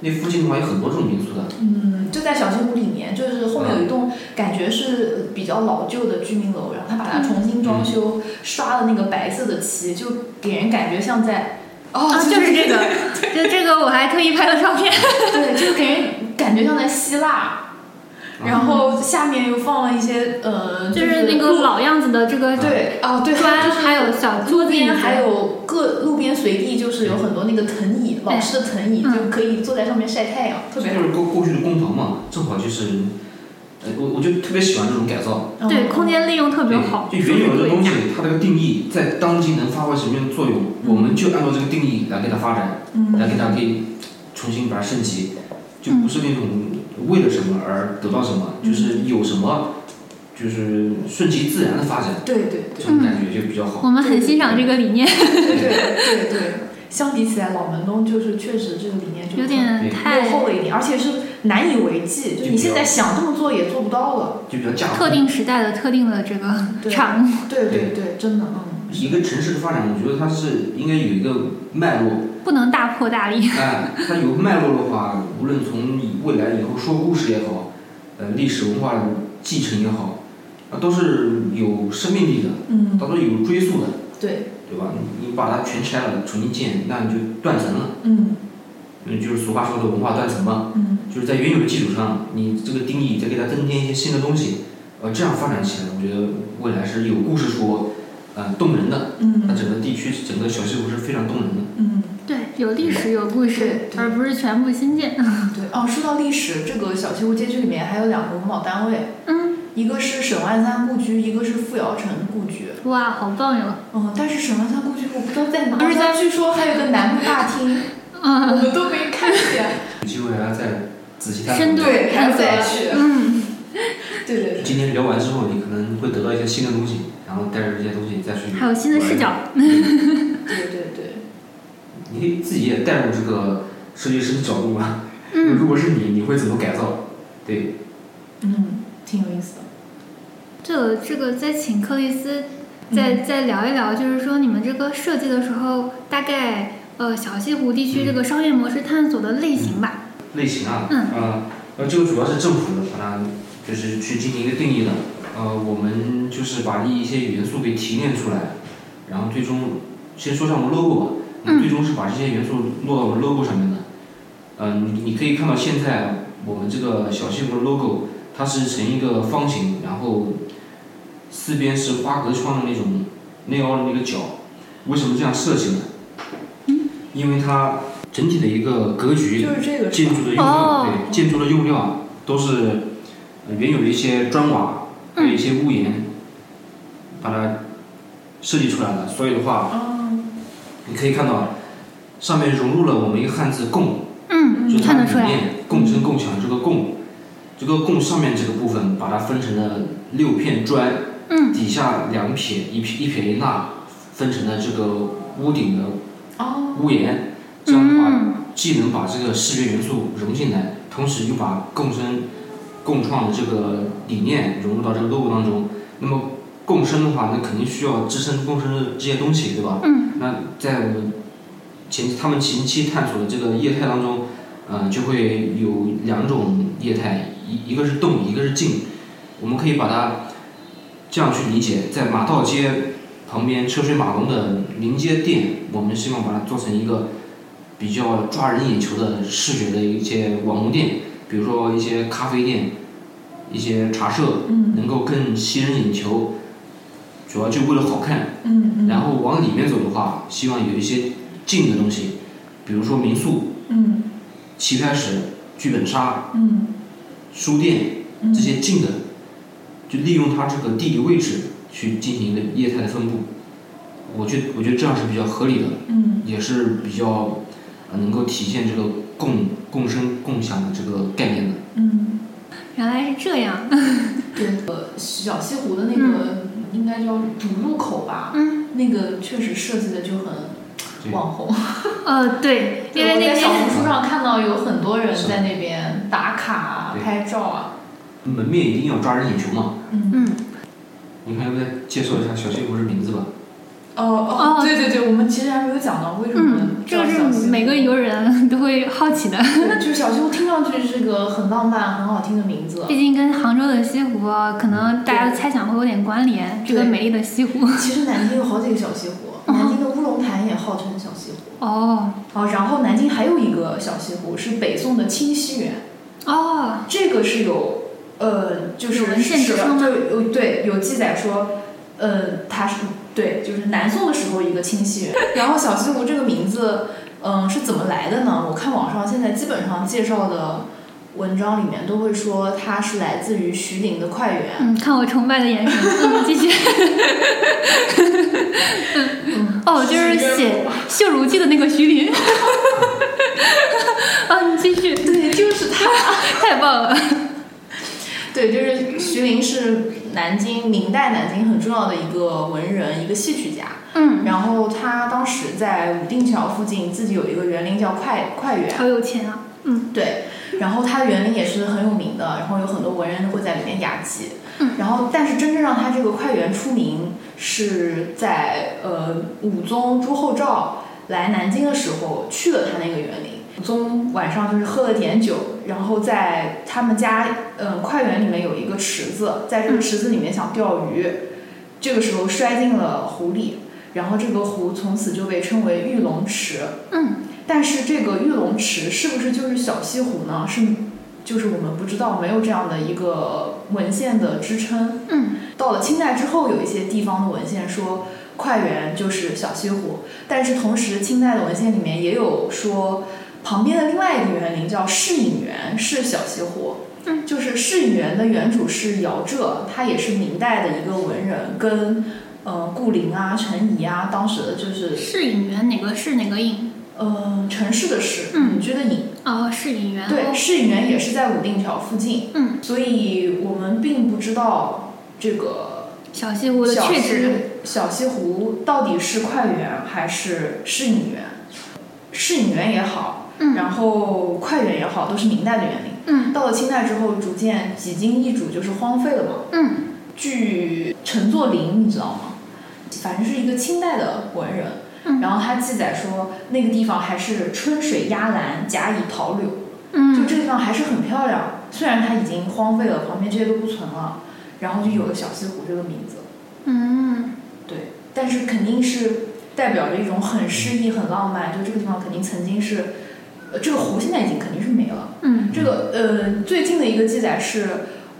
Speaker 3: 那附近的话有很多这种民宿的。
Speaker 1: 嗯，就在小西湖里面，就是后
Speaker 2: 嗯
Speaker 1: 面有一栋感觉是比较老旧的居民楼，然后他把它重新装修，
Speaker 2: 嗯
Speaker 1: 刷了那个白色的漆，就给人感觉像在哦
Speaker 2: 啊，就是这个，就这个我还特意拍了照片，
Speaker 1: [laughs] 对，就给人感觉像在希腊。
Speaker 2: 哦
Speaker 1: 然后下面又放了一些呃，
Speaker 2: 就是是那个老样子的这个
Speaker 1: 对哦对，
Speaker 2: 砖，
Speaker 1: 就是
Speaker 2: 还有小桌
Speaker 1: 路
Speaker 2: 子椅
Speaker 1: 边
Speaker 2: 子，
Speaker 1: 还有各路边随地就是有很多那个藤椅，老式的藤椅，
Speaker 2: 嗯
Speaker 1: 就可以坐在上面晒太阳，特
Speaker 3: 这
Speaker 1: 别
Speaker 3: 就是过过去的公堂嘛，正好就是，呃，我我就特别喜欢这种改造。
Speaker 1: 好。
Speaker 2: 对，
Speaker 1: 嗯
Speaker 2: 空间利用特别好，
Speaker 3: 对就原有的东西，它这个定义在当今能发挥什么样的作用，
Speaker 2: 嗯
Speaker 3: 我们就按照这个定义来给它发展，来给
Speaker 1: 嗯，
Speaker 3: 它给重新把它升级，就不是那种为了什么而得到什么，就是有什么，就是顺其自然的发展，
Speaker 1: 对对
Speaker 3: 这种感觉就比较好。
Speaker 2: 我们很欣赏这个理念，
Speaker 1: 对对对对对。相比起来，老门东就是确实这个理念就
Speaker 2: 有点
Speaker 1: 落
Speaker 2: 太
Speaker 1: 后了一点，而且是难以为继，就你现在想这么做也做不到了。
Speaker 3: 就比较架空
Speaker 2: 特定时代的特定的这个
Speaker 1: 对
Speaker 2: 产物，
Speaker 1: 对对对，真的，嗯，
Speaker 3: 一个城市的发展，我觉得它是应该有一个脉络，
Speaker 2: [laughs] 不能大破大立。
Speaker 3: 哎，它有脉络的话，无论从以未来以后说故事也好，呃，历史文化继承也好，啊，都是有生命力的，
Speaker 1: 嗯，
Speaker 3: 它都是有追溯的，
Speaker 1: 对，
Speaker 3: 对吧？你你把它全拆了，重新建，那你就断层了，
Speaker 1: 嗯
Speaker 3: 嗯，就是俗话说的文化断层嘛，
Speaker 1: 嗯
Speaker 3: 就是在原有的基础上，你这个定义再给它增添一些新的东西，呃，这样发展起来，我觉得未来是有故事说，呃，动人的，那
Speaker 1: 嗯
Speaker 3: 整个地区整个小西湖是非常动人的。
Speaker 1: 嗯，
Speaker 2: 对，有历史有故
Speaker 1: 对
Speaker 2: 事，
Speaker 1: 对
Speaker 2: 而不是全部新建。
Speaker 1: 对。哦，说到历史，这个小西湖街区里面还有两个文保单位，
Speaker 2: 嗯，
Speaker 1: 一个是沈万三故居，一个是傅瑶城故居。
Speaker 2: 哇，好棒哟！
Speaker 1: 嗯，但是沈万三故居我不知道在哪，
Speaker 2: 而且
Speaker 1: 它据说还有个南部大厅， [laughs] 我
Speaker 2: 嗯，
Speaker 1: 们都没看见。
Speaker 3: 有机会还要再仔细探
Speaker 2: 深度
Speaker 3: 讨。
Speaker 1: [laughs] 对
Speaker 2: 探索
Speaker 1: 还要再去。
Speaker 2: 嗯，
Speaker 1: 对对对。
Speaker 3: 今天聊完之后，你可能会得到一些新的东西，然后带着这些东西再去。
Speaker 2: 还有新的视角。。
Speaker 1: 对对对，
Speaker 3: 你可以自己也带入这个设计师的角度嘛。
Speaker 2: 嗯，
Speaker 3: 如果是你，你会怎么改造？对，
Speaker 1: 嗯，挺有意思的。
Speaker 2: 这个这个再请克里斯再
Speaker 1: 嗯
Speaker 2: 再聊一聊，就是说你们这个设计的时候，大概呃小西湖地区这个商业模式探索的类型吧。
Speaker 3: 类型啊，
Speaker 2: 嗯
Speaker 3: 啊，呃，这个主要是政府的把它就是去进行一个定义的。呃，我们就是把一些元素给提炼出来，然后最终先说上我们 logo 吧。
Speaker 2: 嗯
Speaker 3: 最终是把这些元素落到我们 logo 上面的。嗯，你可以看到现在我们这个小西湖的 logo，它是呈一个方形，然后四边是花格窗的那种内凹的那个角。为什么这样设计呢？因为它整体的一个格局
Speaker 1: 就是这个是吧？
Speaker 3: 建筑的用料，
Speaker 2: 哦
Speaker 3: 对建筑的用料都是呃原有的一些砖瓦，还有一些屋檐，把它设计出来了。所以的话，
Speaker 1: 嗯
Speaker 3: 你可以看到上面融入了我们一个汉字“共”，
Speaker 2: 嗯，
Speaker 3: 就是它
Speaker 2: 看得
Speaker 3: 里
Speaker 2: 出来。嗯
Speaker 3: 面共生共享这个“共”，这个“共”上面这个部分把它分成了六片砖，
Speaker 2: 嗯
Speaker 3: 底下两撇一撇一撇一捺分成了这个屋顶的
Speaker 1: 哦，
Speaker 3: 屋檐，这样的话
Speaker 2: 嗯，
Speaker 3: 既能把这个视觉元素融进来，同时又把共生、共创的这个理念融入到这个 logo 当中。那么共生的话，那肯定需要支撑共生的这些东西，对吧？
Speaker 2: 嗯。
Speaker 3: 那在我们前他们前期探索的这个业态当中，呃，就会有两种业态，一一个是动，一个是静。我们可以把它这样去理解，在马道街旁边车水马龙的临街店，我们希望把它做成一个比较抓人眼球的视觉的一些网红店，比如说一些咖啡店、一些茶社，
Speaker 1: 嗯
Speaker 3: 能够更吸人眼球，主要就为了好看。
Speaker 1: 嗯嗯，
Speaker 3: 然后往里面走的话，希望有一些近的东西，比如说民宿、
Speaker 1: 嗯
Speaker 3: 棋牌室、剧本杀、
Speaker 1: 嗯
Speaker 3: 书店
Speaker 1: 嗯，
Speaker 3: 这些近的，就利用它这个地理位置去进行一个业态的分布。我觉我觉得这样是比较合理的，
Speaker 1: 嗯
Speaker 3: 也是比较呃能够体现这个共共生共享的这个概念的。
Speaker 1: 嗯，
Speaker 2: 原来是这样。
Speaker 1: 对，呃，小西湖的那个应该叫主入口吧，
Speaker 2: 嗯，
Speaker 1: 那个确实设计的就很
Speaker 3: 对
Speaker 1: 网红。
Speaker 2: 呃，对，因为
Speaker 1: 我在
Speaker 2: 那
Speaker 1: 小
Speaker 2: 边
Speaker 1: 红书上看到有很多人
Speaker 3: 是
Speaker 1: 在那边打卡啊、
Speaker 3: 对
Speaker 1: 拍照啊。
Speaker 3: 门面一定要抓人眼球嘛。
Speaker 1: 嗯，
Speaker 2: 嗯，
Speaker 3: 你看要不要介绍一下小西湖的名字吧？
Speaker 1: 哦哦
Speaker 2: 哦，
Speaker 1: 对对对，我们其实还没有讲到为什么
Speaker 2: 嗯，这
Speaker 1: 叫
Speaker 2: 个
Speaker 1: 小西
Speaker 2: 是
Speaker 1: 湖
Speaker 2: 每个游人都会好奇 [laughs] 的，
Speaker 1: 对就是小西湖听上去是个很浪漫、很好听的名字，啊
Speaker 2: 毕竟跟杭州的西湖啊可能大家的猜想会有点关联。这个
Speaker 1: 对
Speaker 2: 美丽的西湖，
Speaker 1: 其实南京有好几个小西湖，
Speaker 2: 嗯
Speaker 1: 南京的乌龙潭也号称小西湖。
Speaker 2: 哦
Speaker 1: 哦，然后南京还有一个小西湖是北宋的清溪园。
Speaker 2: 哦，
Speaker 1: 这个是有，呃，就是
Speaker 2: 有文献支撑吗
Speaker 1: 对，有对有记载说，呃，它是对，就是南宋的时候一个清溪人。然后小西湖这个名字，嗯、是怎么来的呢？我看网上现在基本上介绍的文章里面都会说它是来自于徐陵的快园。
Speaker 2: 嗯，看我崇拜的眼神， [laughs] 嗯，继续。
Speaker 1: 嗯
Speaker 2: [laughs] 哦，就是写《绣如记》的那个徐林。 [laughs] 啊，你继续，
Speaker 1: 对，就是它。
Speaker 2: [laughs] 太棒了。
Speaker 1: 对，就是徐陵是南京明代南京很重要的一个文人，一个戏曲家。
Speaker 2: 嗯，
Speaker 1: 然后他当时在武定桥附近自己有一个园林叫快快园，
Speaker 2: 好有钱啊。嗯
Speaker 1: 对，然后它的园林也是很有名的，然后有很多文人会在里面雅集。
Speaker 2: 嗯
Speaker 1: 然后但是真正让它这个快园出名，是在呃武宗朱厚照来南京的时候去了它那个园林，祖宗晚上就是喝了点酒，然后在他们家嗯快园里面有一个池子，在这个池子里面想钓鱼，这个时候摔进了湖里，然后这个湖从此就被称为玉龙池。
Speaker 2: 嗯，
Speaker 1: 但是这个玉龙池是不是就是小西湖呢？是，就是我们不知道，没有这样的一个文献的支撑。
Speaker 2: 嗯，
Speaker 1: 到了清代之后，有一些地方的文献说快园就是小西湖，但是同时清代的文献里面也有说，旁边的另外一个园林叫适隐园是小西湖。
Speaker 2: 嗯
Speaker 1: 就是适隐园的园主是姚浙，他也是明代的一个文人，跟呃顾灵啊、陈颐啊，当时的就是
Speaker 2: 是引援哪个是哪个引？
Speaker 1: 呃城市的市，
Speaker 2: 嗯
Speaker 1: 隐居的隐，
Speaker 2: 哦，是引援。
Speaker 1: 对，市影园也是在武定桥附近，
Speaker 2: 嗯，
Speaker 1: 所以我们并不知道这个
Speaker 2: 小西湖的
Speaker 1: 小
Speaker 2: 确
Speaker 1: 西
Speaker 2: 址。
Speaker 1: 小西湖到底是快园还是市影园。市影园也好，
Speaker 2: 嗯
Speaker 1: 然后快园也好，都是明代的园林。
Speaker 2: 嗯
Speaker 1: 到了清代之后，逐渐几经易主，就是荒废了嘛。
Speaker 2: 嗯
Speaker 1: 据陈作霖，你知道吗？反正是一个清代的文人，
Speaker 2: 嗯
Speaker 1: 然后他记载说，那个地方还是春水压栏，甲乙桃柳。就
Speaker 2: 嗯
Speaker 1: 这个地方还是很漂亮，虽然它已经荒废了，旁边这些都不存了，然后就有了小西湖这个名字。
Speaker 2: 嗯，
Speaker 1: 对，但是肯定是代表着一种很诗意、很浪漫。就这个地方肯定曾经是，呃，这个湖现在已经肯定是没了。
Speaker 2: 嗯
Speaker 1: 这个呃，最近的一个记载是，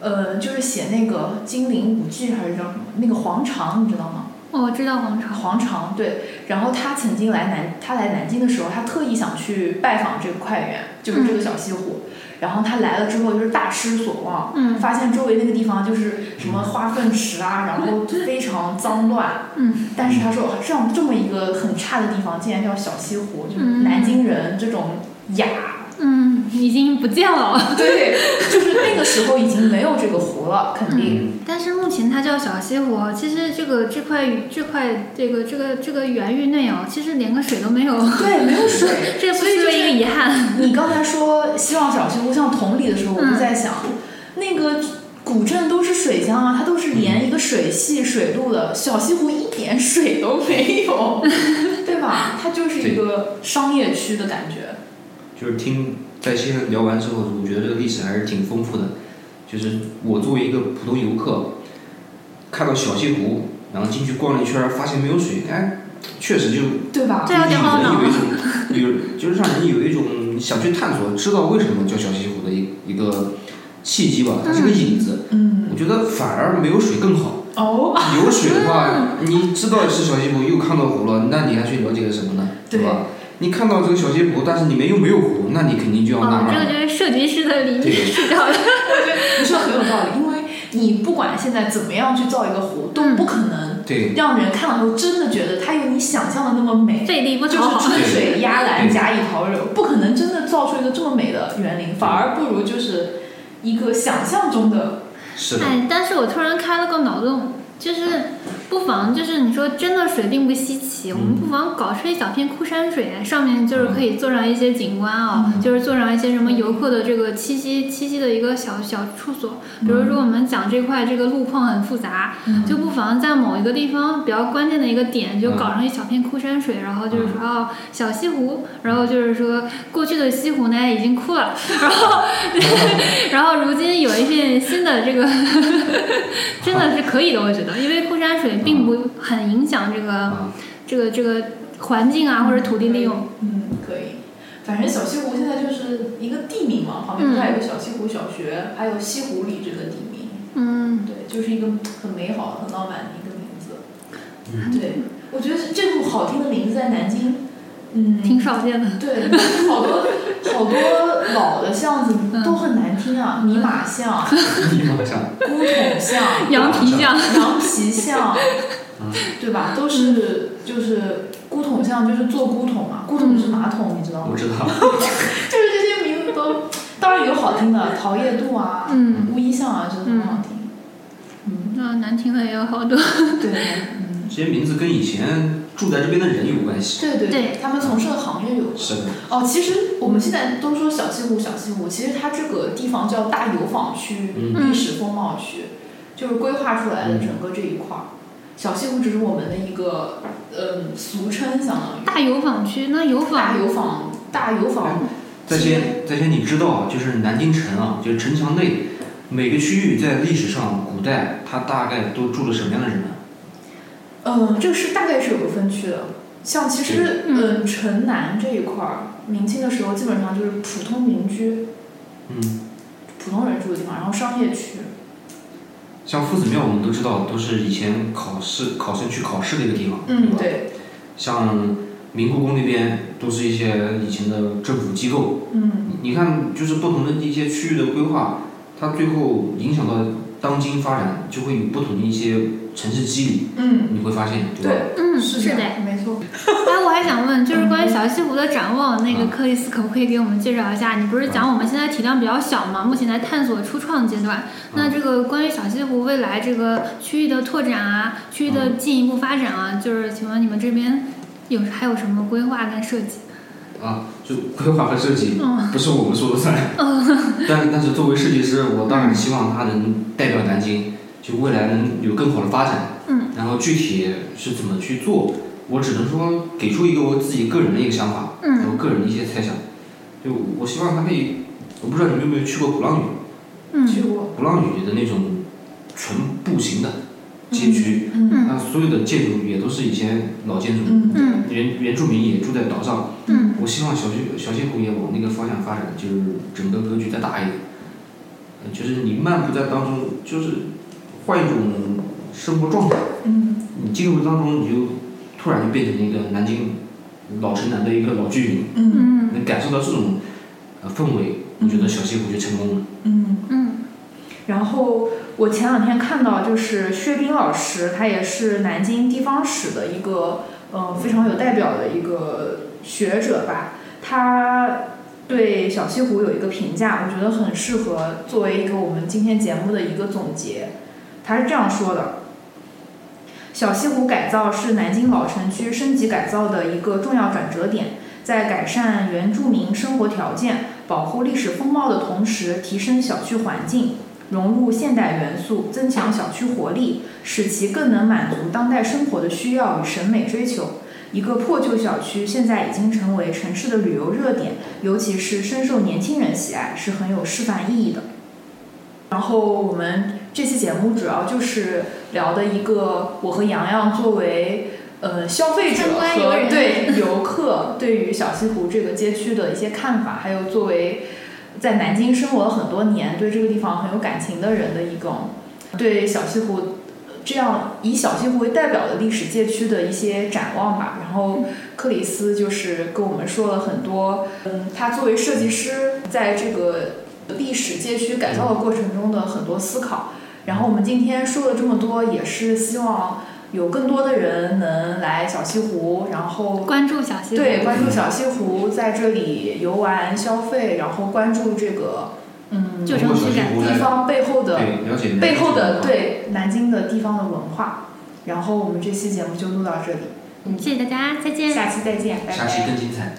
Speaker 1: 呃，就是写那个《金陵五记》还是叫什么？那个黄裳，你知道吗？
Speaker 2: 我哦知道皇朝。
Speaker 1: 黄裳对，然后他曾经来南，他来南京的时候，他特意想去拜访这个快园，就是
Speaker 2: 嗯
Speaker 1: 这个小西湖。然后他来了之后，就是大失所望，
Speaker 2: 嗯
Speaker 1: 发现周围那个地方就是什么化粪池啊，然后非常脏乱。
Speaker 2: 嗯
Speaker 1: 但是他说，哇这样这么一个很差的地方，竟然叫小西湖，就是
Speaker 2: 嗯
Speaker 1: 南京人这种
Speaker 2: [laughs]
Speaker 1: 雅，
Speaker 2: 嗯，已经不见了。
Speaker 1: 对，就是那个时候已经没有这个湖了，肯定。
Speaker 2: 但是目前它叫小西湖，其实这个这块这块这个这个这个园域内哦，其实连个水都没有，
Speaker 1: 对，没有水。
Speaker 2: 这不
Speaker 1: 所以
Speaker 2: 失
Speaker 1: 就
Speaker 2: 为一个
Speaker 1: 是
Speaker 2: 遗憾。哦
Speaker 1: [laughs] 你刚才说希望小西湖像同里的时候，我就在想，那个古镇都是水乡啊，它都是连一个水系、水路的，小西湖一点水都没 [laughs] 有，对吧？它就是一个商业区的感觉。
Speaker 3: 就是听在线聊完之后，我觉得这个历史还是挺丰富的。就是我作为一个普通游客，看到小西湖，然后进去逛了一圈儿，发现没有水，哎，确实就
Speaker 1: 对吧？
Speaker 2: 这有点懊恼
Speaker 3: 有一种有就是让人有一种想去探索，知道为什么叫小西湖的一一个契机吧，它是个引子。
Speaker 1: 嗯，
Speaker 3: 我觉得反而没有水更
Speaker 2: [laughs]
Speaker 3: 好，
Speaker 1: 哦，
Speaker 3: 有水的话，
Speaker 2: 嗯
Speaker 3: 你知道是小西湖，又看到湖了，那你还去了解个什么呢？
Speaker 1: 对
Speaker 3: 对吧？你看到这个小西湖，但是里面又没有湖，那你肯定就要纳
Speaker 2: 哦，
Speaker 3: 闷
Speaker 2: 这
Speaker 3: 儿
Speaker 2: 个
Speaker 3: 了。
Speaker 2: 就是设计师的理
Speaker 3: 对
Speaker 2: 念是这样的。
Speaker 1: 你说很有道理，因为你不管现在怎么样去造一个湖，都不可能
Speaker 3: 对，
Speaker 1: 让人看到后真的觉得它有你想象的那么美。
Speaker 2: 费力不
Speaker 1: 就
Speaker 2: 讨
Speaker 1: 是
Speaker 2: 好。
Speaker 1: 春水压
Speaker 2: 嗯
Speaker 1: 栏，甲乙桃柳，不可能真的造出一个这么美的园林，反而不如就是一个想象中的。
Speaker 3: 是的，
Speaker 2: 哎，但是我突然开了个脑洞，就是不妨就是你说真的水并不稀奇，我们
Speaker 3: 嗯
Speaker 2: 不妨搞出一小片枯山水，上面就是可以做上一些景观啊、就是做上一些什么游客的这个栖息栖息的一个小小处所。比如说我们讲这块这个路况很复杂，
Speaker 1: 嗯
Speaker 2: 就不妨在某一个地方比较关键的一个点，就搞上一小片枯山水，然后就是说哦小西湖，然后就是说过去的西湖呢已经枯了，然后然后如今有一片新的这个， [laughs] 真的是可以的，我觉得，因为枯山水并不很影响这个
Speaker 3: 啊，
Speaker 2: 这个这个环境啊或者土地利用。
Speaker 1: 嗯，可以。反正小西湖现在就是一个地名嘛，旁边不是还有个小西湖小学，还有西湖里这个地名，
Speaker 2: 嗯，
Speaker 1: 对，就是一个很美好、很浪漫的一个名字。
Speaker 3: 嗯
Speaker 1: 对，我觉得这种好听的名字在南京，嗯，
Speaker 2: 挺少见的。
Speaker 1: [laughs] 对，好多好多老的巷子都很难听
Speaker 2: 嗯
Speaker 1: 啊，泥马巷、
Speaker 3: 你马上，
Speaker 1: 古筒巷、
Speaker 2: 羊皮匠，
Speaker 1: 羊皮巷
Speaker 3: 嗯，
Speaker 1: 对吧？都是就是古筒巷，就是做古筒嘛，古筒是马
Speaker 2: 嗯
Speaker 1: 桶，你知道吗
Speaker 3: 我？知道，
Speaker 1: 就是这些名字都，当然有好听的，桃叶渡啊、
Speaker 2: 嗯，
Speaker 1: 乌衣巷啊，真的很好听。嗯，
Speaker 2: 那难听的也有好多。
Speaker 1: 对，嗯，
Speaker 3: 这些名字跟以前住在这边的人有关系。
Speaker 1: 对对
Speaker 2: 对，
Speaker 1: 他们从事的行业有关。
Speaker 3: 是的，
Speaker 1: 哦，其实我们现在都说小西湖，小西湖，其实它这个地方叫大油坊区、
Speaker 3: 嗯
Speaker 1: 历史风貌区，就是规划出来的整个这一块儿。小西湖只是我们的一个嗯俗称，相当于
Speaker 2: 大油坊区，那油
Speaker 1: 大
Speaker 2: 坊
Speaker 1: 油坊大油坊
Speaker 3: 嗯在先在先你知道啊，就是南京城啊，就是城墙内每个区域在历史上古代它大概都住了什么样的人呢？
Speaker 1: 嗯，这个是大概是有个分区的。像其实，
Speaker 2: 嗯
Speaker 1: 嗯，城南这一块儿，明清的时候基本上就是普通民居、
Speaker 3: 嗯，
Speaker 1: 普通人住的地方，然后商业区。
Speaker 3: 像夫子庙我们都知道，都是以前考试考生去考试的一个地方，嗯对吧？
Speaker 1: 嗯对，
Speaker 3: 像明故宫那边都是一些以前的政府机构，
Speaker 1: 嗯，
Speaker 3: 你你看，就是不同的一些区域的规划，它最后影响到当今发展，就会有不同的一些城市机理，
Speaker 1: 嗯，
Speaker 3: 你会发现，对吧？
Speaker 1: 对，
Speaker 2: 嗯，
Speaker 1: 是
Speaker 2: 的。
Speaker 1: 样，没错。
Speaker 2: 哎，我还想问，就是关于小西湖的展望，那个克里斯可不可以给我们介绍一下？你不是讲我们现在体量比较小嘛，目前在探索初创阶段。那这个关于小西湖未来这个区域的拓展啊，区域的进一步发展啊，就是请问你们这边有还有什么规划跟设计？
Speaker 3: 啊，就规划和设计
Speaker 2: 嗯
Speaker 3: 不是我们说了算， [laughs] 但但是作为设计师，我当然希望它能代表南京，就未来能有更好的发展。
Speaker 2: 嗯，
Speaker 3: 然后具体是怎么去做，我只能说给出一个我自己个人的一个想法，
Speaker 2: 嗯
Speaker 3: 然后个人的一些猜想。就我希望它可以，我不知道你们有没有去过鼓浪屿。
Speaker 1: 去
Speaker 2: 嗯
Speaker 1: 过，
Speaker 3: 鼓浪屿的那种纯步行的街区，
Speaker 1: 嗯
Speaker 3: 那所有的建筑也都是以前老建筑，
Speaker 1: 嗯
Speaker 2: 嗯
Speaker 3: 原原住民也住在岛上。
Speaker 2: 嗯
Speaker 3: 我希望小西小西湖也往那个方向发展，就是整个格局再大一点，呃就是你漫步在当中，就是换一种生活状态，
Speaker 1: 嗯
Speaker 3: 你进入当中你就突然就变成一个南京老城南的一个老居民，
Speaker 1: 嗯
Speaker 2: 嗯
Speaker 3: 能感受到这种呃氛围，我觉得小西湖就成功了。
Speaker 1: 嗯。
Speaker 2: 嗯
Speaker 1: 然后我前两天看到，就是薛冰老师，他也是南京地方史的一个嗯、呃非常有代表的一个学者吧。他对小西湖有一个评价，我觉得很适合作为一个我们今天节目的一个总结。他是这样说的：小西湖改造是南京老城区升级改造的一个重要转折点，在改善原住民生活条件、保护历史风貌的同时，提升小区环境。融入现代元素，增强小区活力，使其更能满足当代生活的需要与审美追求。一个破旧小区现在已经成为城市的旅游热点，尤其是深受年轻人喜爱，是很有示范意义的。然后我们这期节目主要就是聊的一个我和洋洋作为呃消费者
Speaker 2: 参观游
Speaker 1: 和
Speaker 2: 人
Speaker 1: 对游客对于小西湖这个街区的一些看法，还有作为在南京生活了很多年，对这个地方很有感情的人的一种对小西湖呃这样以小西湖为代表的历史街区的一些展望吧。然后克里斯就是跟我们说了很多，嗯，他作为设计师在这个历史街区改造的过程中的很多思考。然后我们今天说了这么多，也是希望有更多的人能来小西湖，然后
Speaker 2: 关注小西湖。
Speaker 1: 对，关注小西湖，在这里游玩消费，然就关注这个嗯
Speaker 2: 旧
Speaker 3: 通
Speaker 2: 城
Speaker 3: 过小
Speaker 2: 区
Speaker 3: 西
Speaker 2: 感
Speaker 3: 湖
Speaker 1: 地
Speaker 3: 来
Speaker 1: 方背后的
Speaker 3: 对了解南京
Speaker 1: 背后
Speaker 3: 城
Speaker 1: 的
Speaker 3: 啊
Speaker 1: 对南京的地方的文化。然后我们这期节目就录到这里，
Speaker 2: 谢谢大家，再见。
Speaker 1: 下期再见，拜拜。
Speaker 3: 下期更精彩。